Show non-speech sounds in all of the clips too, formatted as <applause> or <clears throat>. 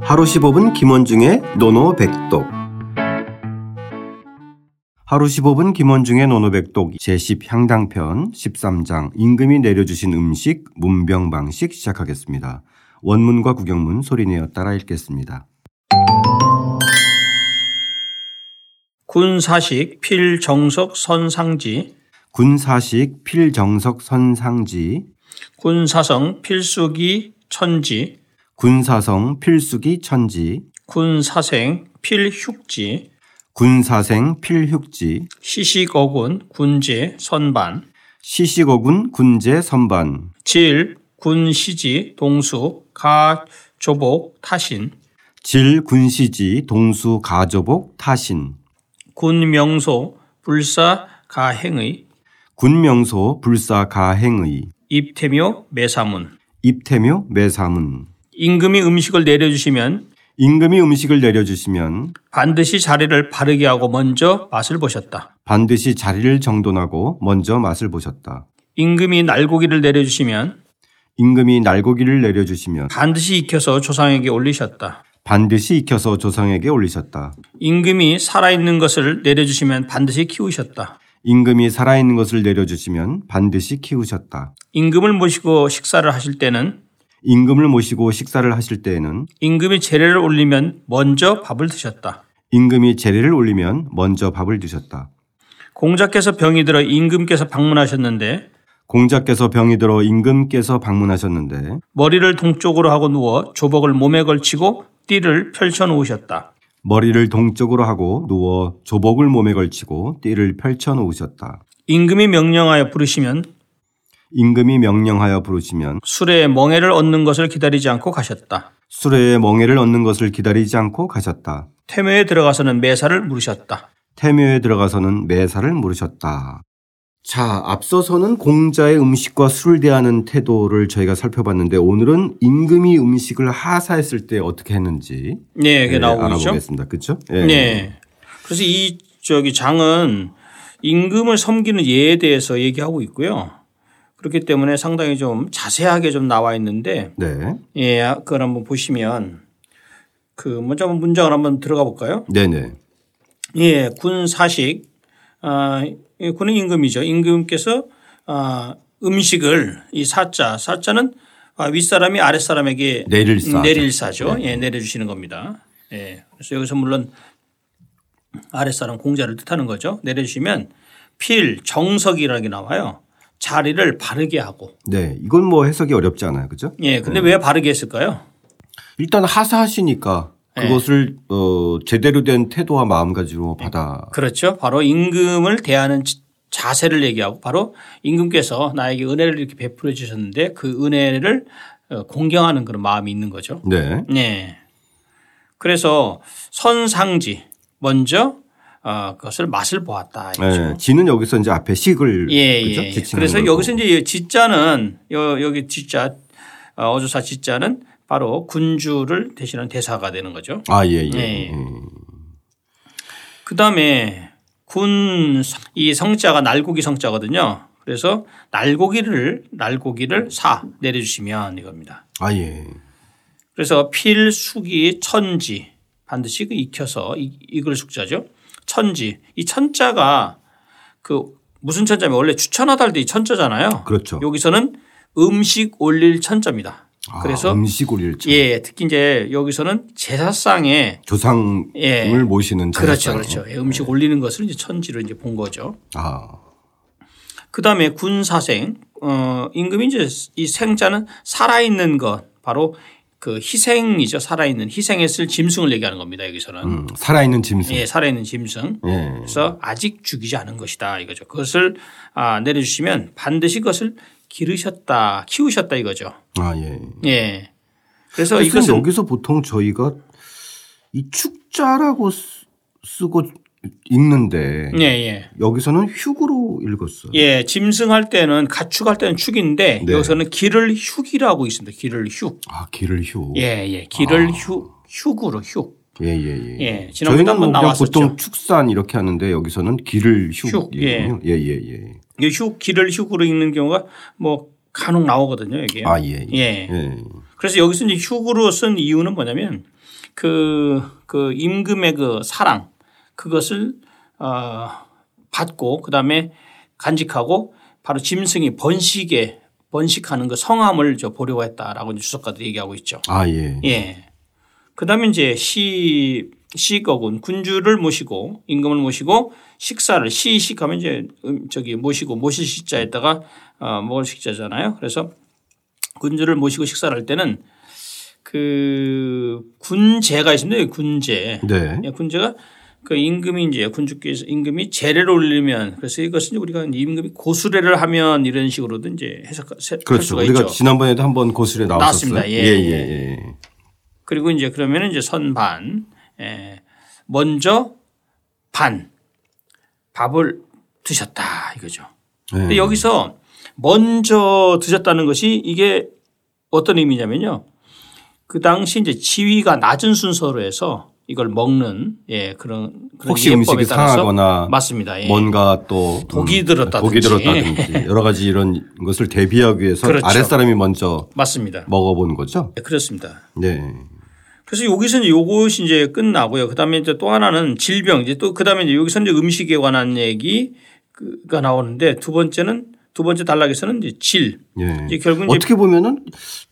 하루 15분 김원중의 노노백독 하루 15분 김원중의 노노백독 제10향당편 13장 임금이 내려주신 음식 문병방식 시작하겠습니다. 원문과 구경문 소리내어 따라 읽겠습니다. 군사식 필정석 선상지 군사식 필정석 선상지 군사성 필수기 천지 군사성 필수기 천지 군사생 필흉지 군사생 필흉지 시식어군 군제 선반 시시거군 군제 선반 질 군시지 동수 가 조복 타신 질 군시지 동수 가조복 타신 군명소 불사 가행의 군명소 불사 가행의 입태묘 매사문 입태묘 매사문 임금이 음식을 내려주시면 임금이 음식을 내려주시면 반드시 자리를 바르게 하고 먼저 맛을 보셨다. 반드시 자리를 정돈하고 먼저 맛을 보셨다. 임금이 날고기를 내려주시면 임금이 날고기를 내려주시면 반드시 익혀서 조상에게 올리셨다. 반드시 익혀서 조상에게 올리셨다. 임금이 살아있는 것을 내려주시면 반드시 키우셨다. 임금이 살아있는 것을 내려주시면 반드시 키우셨다. 임금을 모시고 식사를 하실 때는 임금을 모시고 식사를 하실 때에는 임금이 재례를 올리면 먼저 밥을 드셨다. 임금이 재례를 올리면 먼저 밥을 드셨다. 공자께서 병이 들어 임금께서 방문하셨는데 공자께서 병이 들어 임금께서 방문하셨는데 머리를 동쪽으로 하고 누워 조복을 몸에 걸치고 띠를 펼쳐 놓으셨다. 머리를 동쪽으로 하고 누워 조복을 몸에 걸치고 띠를 펼쳐 놓으셨다. 임금이 명령하여 부르시면 임금이 명령하여 부르시면 술에 멍해를 얻는 것을 기다리지 않고 가셨다. 수레에 멍해를 얻는 것을 기다리지 않고 가셨다. 태묘에 들어가서는 매사를 물으셨다. 태묘에 들어가서는 매사를 물으셨다. 자, 앞서서는 공자의 음식과 술을 대하는 태도를 저희가 살펴봤는데 오늘은 임금이 음식을 하사했을 때 어떻게 했는지 네, 그게 예, 나오고 있죠. 알아보겠습니다. 그렇죠? 네. 그래서 이 저기 장은 임금을 섬기는 예에 대해서 얘기하고 있고요. 그렇기 때문에 상당히 좀 자세하게 좀 나와 있는데 네. 예, 그걸 한번 보시면 그 먼저 한번 문장을 한번 들어가 볼까요? 네네. 예, 군 사식 아, 예, 군은 임금이죠. 임금께서 아, 음식을 이 사자 사자는 아, 윗사람이 아랫사람에게 내릴 사. 내릴사죠. 네. 예, 내려주시는 겁니다. 예. 그래서 여기서 물론 아랫사람 공자를 뜻하는 거죠. 내려주시면 필 정석이라는 게 나와요. 자리를 바르게 하고. 네. 이건 뭐 해석이 어렵지 않아요. 그죠? 예. 근데 왜 바르게 했을까요? 일단 하사하시니까 네. 그것을 어, 제대로 된 태도와 마음가짐으로 받아 그렇죠. 바로 임금을 대하는 지- 자세를 얘기하고 바로 임금께서 나에게 은혜를 이렇게 베풀어 주셨는데 그 은혜를 어, 공경하는 그런 마음이 있는 거죠. 네. 네. 그래서 선상지 먼저 어, 그것을 맛을 보았다. 이거죠. 네. 지는 여기서 이제 앞에 식을 예, 그죠? 예. 지칭하는 그래서 거고. 여기서 이제 이 지자는 여, 여기 지자 어, 어조사 지자는 바로 군주를 대신한 대사가 되는 거죠. 아, 예, 예. 예. 예. 그다음에 군 이 성자가 날고기 성자거든요. 그래서 날고기를 날고기를 사 내려주시면 이겁니다. 아, 예. 그래서 필수기 천지 반드시 그 익혀서 이- 익을 숙자죠. 천지 이 천자가 그 무슨 천자면 원래 추천하다 할 때 이 천자잖아요. 그렇죠. 여기서는 음식 올릴 천자입니다. 아, 그렇죠. 그래서 음식 올릴 참. 예, 특히 이제 여기서는 제사상에 조상을 예. 모시는 그렇죠, 제사상. 그렇죠. 예, 네. 음식 올리는 것을 이제 천지로 이제 본 거죠. 아, 그 다음에 군사생, 어, 임금이 이제 이 생자는 살아있는 것, 바로 그 희생이죠. 살아있는 희생했을 짐승을 얘기하는 겁니다. 여기서는. 음, 살아있는 짐승. 예, 살아있는 짐승. 예. 그래서 아직 죽이지 않은 것이다 이거죠. 그것을 아, 내려주시면 반드시 그것을 기르셨다, 키우셨다 이거죠. 아, 예. 아, 예. 그래서 그래서 이것은 여기서 보통 저희가 이 축자라고 쓰- 쓰고 읽는데 예, 예. 여기서는 휴구로 읽었어요. 예, 짐승할 때는 가축할 때는 축인데 네. 여기서는 길을 휴기라고 있습니다. 길을 휴. 아, 길을 휴. 예, 예. 길을 휴 휴구로 휴. 예, 예, 예. 아. 예. 지난번에 저희는 뭐 한번 그냥 나왔었죠. 보통 축산 이렇게 하는데 여기서는 길을 휴. 휴, 예. 예, 예, 예. 이 휴, 길을 휴구로 읽는 경우가 뭐 간혹 나오거든요, 여기. 아, 예, 예. 예. 그래서 여기서 이제 휴구로 쓴 이유는 뭐냐면 그, 그 임금의 그 사랑 그것을 어, 받고 그 다음에 간직하고 바로 짐승이 번식에 번식하는 그 성함을 저 보려고 했다라고 이제 주석가들이 얘기하고 있죠. 아, 예. 예. 그다음에 이제 시 시거군 군주를 모시고 임금을 모시고 식사를 시식하면 이제 음, 저기 모시고 모실 식자에다가 어, 먹을 식자잖아요. 그래서 군주를 모시고 식사를 할 때는 그 군제가 있습니다. 군제. 네. 예, 군제가 그 임금이 이제 군주께서 임금이 제례를 올리면 그래서 이것은 이제 우리가 임금이 고수례를 하면 이런 식으로도 이제 해석할 그렇죠. 수가 우리가 있죠. 지난번에도 한번 고수에 나왔었어요. 나왔습니다. 예. 예, 예, 예. 그리고 이제 그러면 이제 선반, 에, 먼저 반, 밥을 드셨다 이거죠. 근데 예. 여기서 먼저 드셨다는 것이 이게 어떤 의미냐면요. 그 당시 이제 지위가 낮은 순서로 해서 이걸 먹는 예 그런 그런 혹시 예법에 음식이 따라서 상하거나 맞습니다. 예. 뭔가 또 음, 독이 들었다든지. 예, 독이 들었다든지 여러 가지 이런 것을 대비하기 위해서 그렇죠. 아랫사람이 먼저 맞습니다. 먹어본 거죠. 예, 그렇습니다. 네. 그래서 여기서 이제 요것이 이제 끝나고요. 그 다음에 이제 또 하나는 질병 이제 또그 다음에 이제 여기서 이제 음식에 관한 얘기가 나오는데 두 번째는 두 번째 단락에서는 이제 질. 예. 이제 결국 이제 어떻게 보면은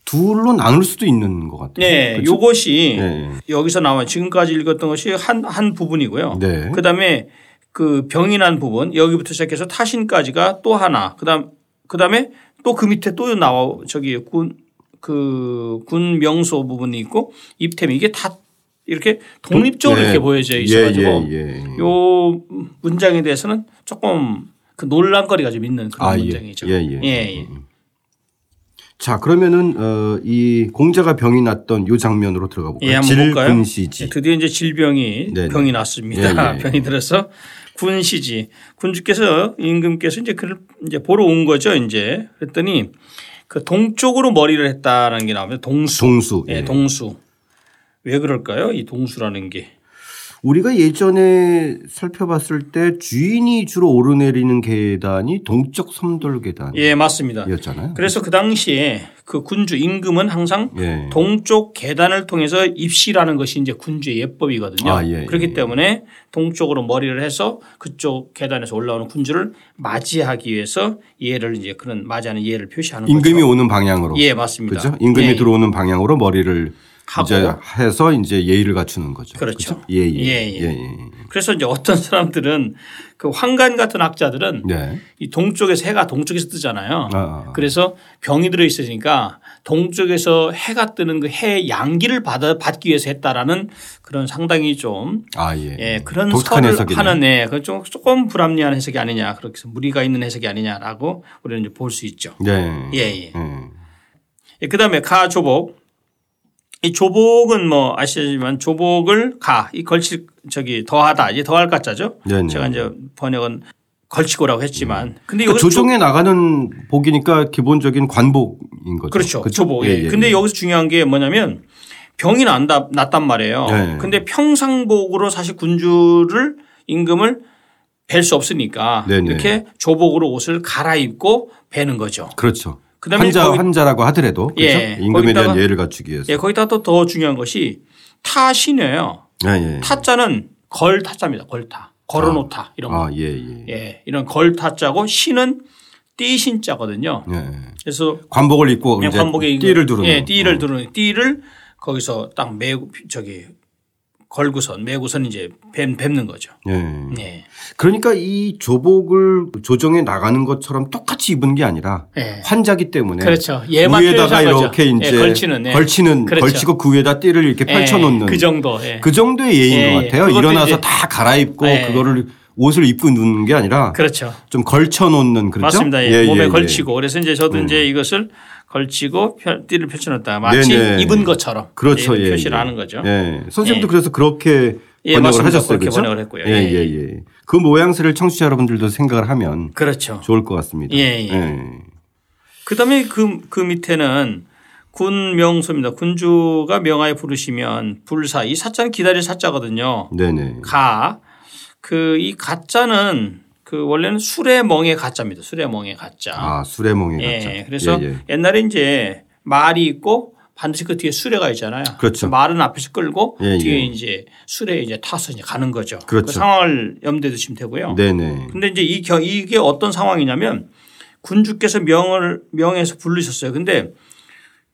둘로 나눌 수도 있는 것 같아요. 네, 그렇죠? 요것이 네. 여기서 나와요. 지금까지 읽었던 것이 한, 한 부분이고요. 네. 그 다음에 그 병이 난 부분 여기부터 시작해서 타신까지가 또 하나. 그 다음, 그 다음에 또 그 밑에 또 나와 저기 군, 그, 군 명소 부분이 있고 입템 이게 다 이렇게 독립적으로 예. 이렇게 보여져 있어 가지고 예, 예, 예. 음. 요 문장에 대해서는 조금 그 논란거리가 좀 있는 그런 아, 예. 문장이죠. 예, 예. 예. 자, 그러면은 어, 이 공자가 병이 났던 요 장면으로 들어가 볼까요? 예, 한번 볼까요? 예, 질근시지. 드디어 이제 질병이 네네. 병이 났습니다. 예, 예. <laughs> 병이 들어서 군시지 군주께서 임금께서 이제 그를 이제 보러 온 거죠. 이제 그랬더니 그 동쪽으로 머리를 했다라는 게 나옵니다. 동수. 동수. 예, 예. 동수. 왜 그럴까요? 이 동수라는 게. 우리가 예전에 살펴봤을 때 주인이 주로 오르내리는 계단이 동쪽 섬돌 계단이었잖아요. 예, 맞습니다. 그래서 그 당시에 그 군주 임금은 항상 예. 동쪽 계단을 통해서 입시라는 것이 이제 군주의 예법이거든요. 아, 예, 그렇기 예. 때문에 동쪽으로 머리를 해서 그쪽 계단에서 올라오는 군주를 맞이하기 위해서 예를 이제 그런 맞이하는 예를 표시하는 임금이 거죠. 오는 방향으로. 그렇죠. 예, 맞습니다. 그죠? 임금이 예, 예. 들어오는 방향으로 머리를 하고. 이제 해서 이제 예의를 갖추는 거죠. 그렇죠. 그죠? 예, 예. 예, 예. 예, 예. 그래서 이제 어떤 사람들은 그 환관 같은 학자들은 네. 이 동쪽에서 해가 동쪽에서 뜨잖아요. 아, 아. 그래서 병이 들어 있으니까 동쪽에서 해가 뜨는 그 해 양기를 받아 받기 위해서 했다라는 그런 상당히 좀 아, 예. 예, 그런 독특한 설을 해석이네. 하는 예, 그건 좀 조금 불합리한 해석이 아니냐 그렇게 해서 무리가 있는 해석이 아니냐라고 우리는 이제 볼 수 있죠. 네. 예, 예. 예. 예, 그다음에 가 조복. 이 조복은 뭐 아시지만 조복을 가 이 걸칠 저기 더하다 이제 더할 가짜죠. 네, 네. 제가 이제 번역은 걸치고라고 했지만 근데 그 여기서 조- 조정에 나가는 복이니까 기본적인 관복인 거죠. 그렇죠. 그죠? 조복. 예. 근데 여기서 중요한 게 뭐냐면 병이 난다, 났단 말이에요. 예. 근데 평상복으로 사실 군주를 임금을 뵐 수 없으니까 네네. 이렇게 조복으로 옷을 갈아입고 베는 거죠. 그렇죠. 그다음에 환자 거기- 환자라고 하더라도 그렇죠? 예. 임금에 대한 거기다가- 예를 갖추기 위해서. 예, 거기다 또 더 중요한 것이 타신이에요. 예, 예. 타자는 걸 타자입니다. 걸 타. 걸어놓다 이런 거. 아, 예, 예. 예, 이런 걸 타자고 신은 띠신자거든요. 예, 예. 그래서 관복을 입고 그냥 어, 이제 관복에 띠를 이거- 두르는. 어. 예, 띠를 두르는 띠를 거기서 딱 매고 저기 걸고선 매고선 이제 뱀 뱀는 거죠. 예. 예. 그러니까 이 조복을 조정에 나가는 것처럼 똑같이 입은 게 아니라 예. 환자기 때문에 그렇죠. 예만 네. 위에다가 띄워서 이렇게 거죠. 이제 예, 걸치는, 예. 그렇죠. 걸치고그 위에다 띠를 이렇게 예, 펼쳐 놓는 그 그, 정도. 예. 정도의 예인 예, 것 예. 같아요. 그것도 일어나서 이제- 다 갈아입고 예. 그거를 옷을 입고 누는 게 아니라 그렇죠. 좀 걸쳐 놓는 그렇죠? 맞습니다. 예, 예, 몸에 예, 음. 걸치고 그래서 이제 저도 이제 이것을 걸치고 펼- 띠를 펼쳐놨다 마치 네네. 입은 것처럼 그렇죠. 이런 예, 표시를 예. 하는 거죠. 예. 선생님도 예. 그래서 그렇게 예, 번역을 맞습니다. 하셨어요. 그렇게 그렇죠? 번역을 했고요. 예, 예, 예, 예. 그 모양새를 청취자 여러분들도 생각을 하면 그렇죠. 좋을 것 같습니다. 예, 예. 그다음에 그, 그 밑에는 군 명소입니다. 군주가 명하에 부르시면 불사 이 사자는 기다릴 사자거든요. 네네. 가. 그 이 가짜는 그 원래는 수레멍의 가짜입니다. 수레멍의 가짜. 아, 수레몽이 같죠. 예. 그래서 옛날에 이제 말이 있고 반드시 그 뒤에 수레가 있잖아요. 그렇죠. 말은 앞에서 끌고 예, 뒤에 예. 이제 수레에 이제 타서 이제 가는 거죠. 그렇죠. 그 상황을 염두에 두시면 되고요. 네네. 근데 이제 이 겨- 이게 어떤 상황이냐면 군주께서 명을 명에서 부르셨어요. 근데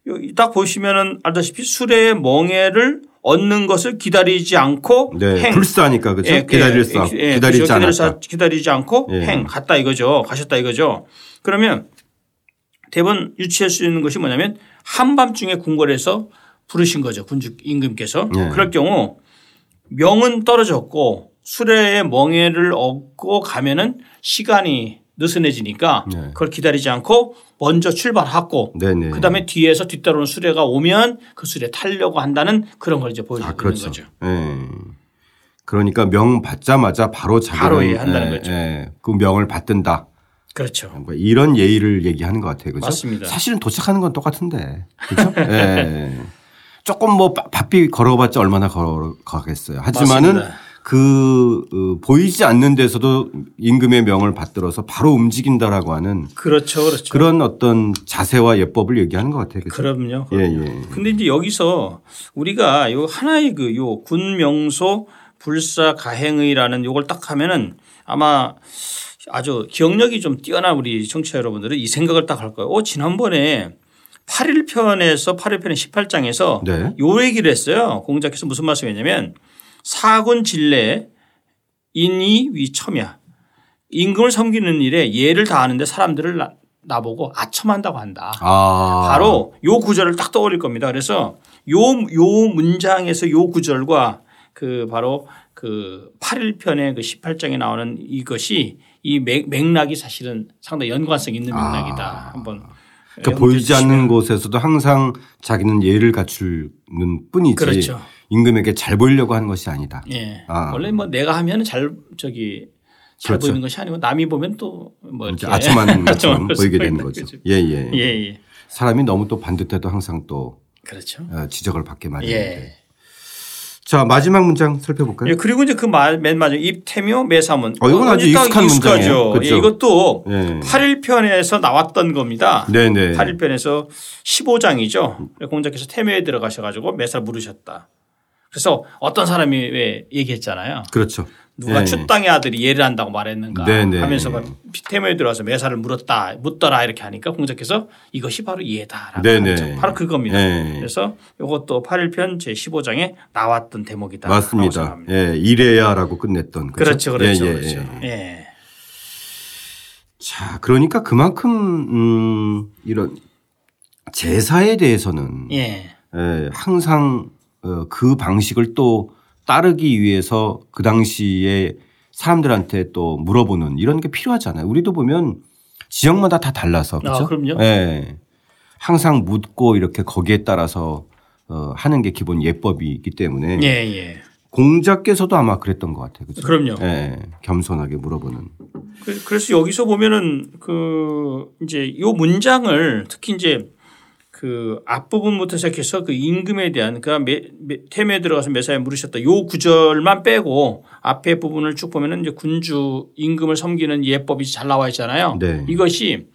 여기 딱 보시면은 알다시피 수레의 멍에를 얻는 것을 기다리지 않고 네. 행 불사하니까 그죠? 예, 기다릴 예, 수 없- 예, 기다리지 그죠. 기다릴 수- 않았다. 기다리지 않고 예. 행 갔다 이거죠. 가셨다 이거죠. 그러면 대번 유추할 수 있는 것이 뭐냐면 한밤중에 궁궐에서 부르신 거죠. 군주 임금께서. 예. 그럴 경우 명은 떨어졌고 수레의 멍에를 얻고 가면은 시간이 느슨해지니까 네. 그걸 기다리지 않고 먼저 출발하고 네네. 그다음에 뒤에서 뒤따르는 수레가 오면 그 수레 타려고 한다는 그런 걸 이제 보여주는 아, 그렇죠. 거죠. 예. 그러니까 명 받자마자 바로 자기 바로 예, 한다는 거죠. 그 명을 받든다. 그렇죠. 뭐 이런 예의를 얘기하는 것 같아요. 그죠? 맞습니다. 사실은 도착하는 건 똑같은데. 그죠? 예. <laughs> 조금 뭐 바- 바삐 걸어봤자 얼마나 걸어가겠어요. 하지만은 맞습니다. 그 어, 보이지 않는 데서도 임금의 명을 받들어서 바로 움직인다라고 하는 그렇죠. 그렇죠. 그런 어떤 자세와 예법을 얘기하는 것 같아요. 그죠? 그럼요. 예, 예. 근데 이제 여기서 우리가 요 하나의 그 요 군명소 불사 가행의라는 요걸 딱 하면은 아마 아주 기억력이 좀 뛰어난 우리 청취자 여러분들은 이 생각을 딱 할 거예요. 어, 지난번에 8일편에서 8일편의 18장에서 네. 요 얘기를 했어요. 공자께서 무슨 말씀했냐면 사군 진례 인이 위첨이야. 임금을 섬기는 일에 예를 다하는데 사람들을 나- 나보고 아첨한다고 한다. 아. 바로 요 구절을 딱 떠올릴 겁니다. 그래서 요, 요 문장에서 요 구절과 그 바로 그 8일편의 그 18장에 나오는 이것이 이 맥, 락이 사실은 상당히 연관성 있는 아. 맥락이다. 한번. 그러니까 염두에 보이지 두시면. 않는 곳에서도 항상 자기는 예를 갖추는 뿐이지 그렇죠. 임금에게 잘 보이려고 하는 것이 아니다. 예. 아. 원래 뭐 내가 하면 잘 저기 잘 그렇죠. 보이는 것이 아니고 남이 보면 또 뭐 이제 이렇게 아첨하는 것처럼 <laughs> 아첨하는 보이게 되는 것처럼 거죠. 보이는 예, 예. 예, 예. 사람이 너무 또 반듯해도 항상 또 그렇죠. 어, 지적을 받게 마련인데. 예. 자 마지막 문장 살펴볼까요? 예, 그리고 이제 그 맨 마지막 입태묘 매사문. 어, 이건 아주 딱 익숙한 문장이에요. 익숙하죠. 그렇죠. 예, 이것도 예. 8일편에서 나왔던 겁니다. 네네. 8일편에서 15장이죠. 공자께서 태묘에 들어가셔가지고 매사 물으셨다. 그래서 어떤 사람이 왜 얘기했잖아요. 그렇죠. 누가 예. 추땅의 아들이 예를 한다고 말했는가 네네. 하면서 막 태묘에 들어와서 매사를 물었다, 묻더라 이렇게 하니까 공자께서 이것이 바로 예다라고 네네. 하죠. 바로 그겁니다. 예. 그래서 이것도 8일편 제 15장에 나왔던 대목이다. 맞습니다. 예, 이래야라고 끝냈던 거죠. 그렇죠, 그렇죠, 예, 예, 그렇죠. 예. 예. 자, 그러니까 그만큼 음, 이런 제사에 대해서는 예. 에, 항상 어, 그 방식을 또 따르기 위해서 그 당시에 사람들한테 또 물어보는 이런 게 필요하잖아요. 우리도 보면 지역마다 다 달라서 그렇죠. 아, 그럼요. 예. 항상 묻고 이렇게 거기에 따라서 어, 하는 게 기본 예법이기 때문에 예, 예. 공자께서도 아마 그랬던 것 같아요. 그렇죠. 그럼요. 예. 겸손하게 물어보는. 그- 그래서 여기서 보면은 그 이제 요 문장을 특히 이제 그 앞부분부터 시작해서 그 임금에 대한 그 매- 매- 템에 들어가서 매사에 물으셨다 요 구절만 빼고 앞에 부분을 쭉 보면은 이제 군주 임금을 섬기는 예법이 잘 나와 있잖아요. 네. 이것이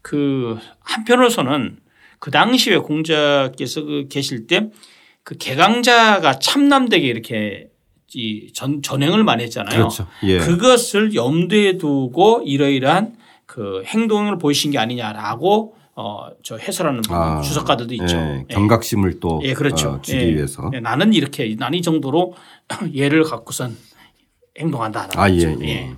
그 한편으로서는 그 당시에 공자께서 그 계실 때 그 개강자가 참남되게 이렇게 이 전, 전행을 많이 했잖아요. 그렇죠. 예. 그것을 염두에 두고 이러이러한 그 행동을 보이신 게 아니냐라고 어, 저 해설하는 아, 주석가들도 있죠. 예. 예. 경각심을 또 예, 그렇죠. 어, 주기 예. 위해서. 예, 나는 이렇게 나는 이 정도로 <clears throat> 예를 갖고선 행동한다. 아, 예, 그렇죠. 예.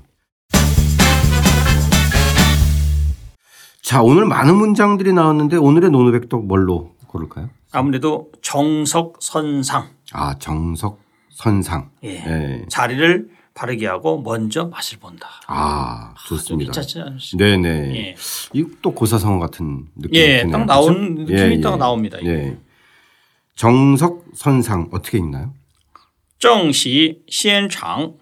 자, 오늘 많은 문장들이 나왔는데 오늘의 노노백독 뭘로 고를까요? 아무래도 정석 선상 아, 정석 선상. 예. 예. 자리를 바르게 하고 먼저 맛을 본다. 아, 좀 좋습니다. 미쳤지 않으시- 네, 네. 예. 이또 고사성어 같은 느낌이 예, 드네요. 딱 나온 그죠? 느낌이 딱 나옵니다. 예. 정석 선상 어떻게 읽나요? 정시 시엔장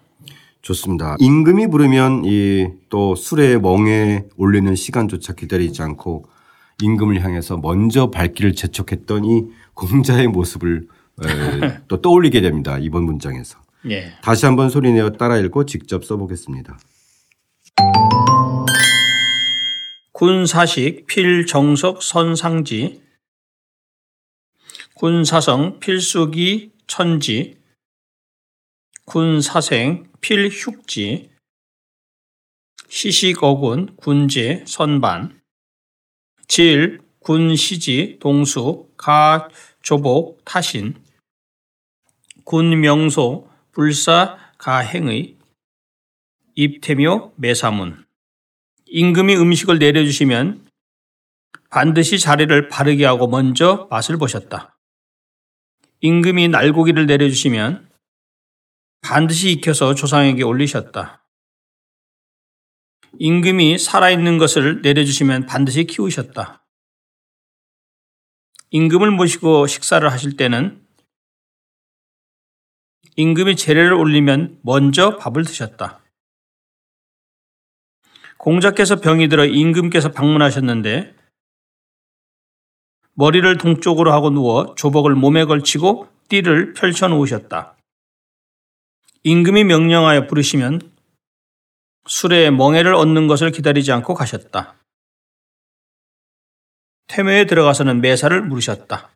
좋습니다. 임금이 부르면 이 또 술에 멍에 올리는 시간조차 기다리지 않고 임금을 향해서 먼저 발길을 재촉했던 이 공자의 모습을 에, 또 떠올리게 됩니다. 이번 문장에서. 예. 다시 한번 소리내어 따라 읽고 직접 써보겠습니다. 군사식 필정석 선상지 군사성 필수기 천지 군사생 필흉지 시식어군 군제 선반 질 군시지 동수 가 조복 타신 군명소 불사 가행의 입태묘 매사문 임금이 음식을 내려주시면 반드시 자리를 바르게 하고 먼저 맛을 보셨다. 임금이 날고기를 내려주시면 반드시 익혀서 조상에게 올리셨다. 임금이 살아있는 것을 내려주시면 반드시 키우셨다. 임금을 모시고 식사를 하실 때는 임금이 재례를 올리면 먼저 밥을 드셨다. 공자께서 병이 들어 임금께서 방문하셨는데 머리를 동쪽으로 하고 누워 조복을 몸에 걸치고 띠를 펼쳐 놓으셨다. 임금이 명령하여 부르시면 술에 멍해를 얻는 것을 기다리지 않고 가셨다. 퇴묘에 들어가서는 매사를 물으셨다.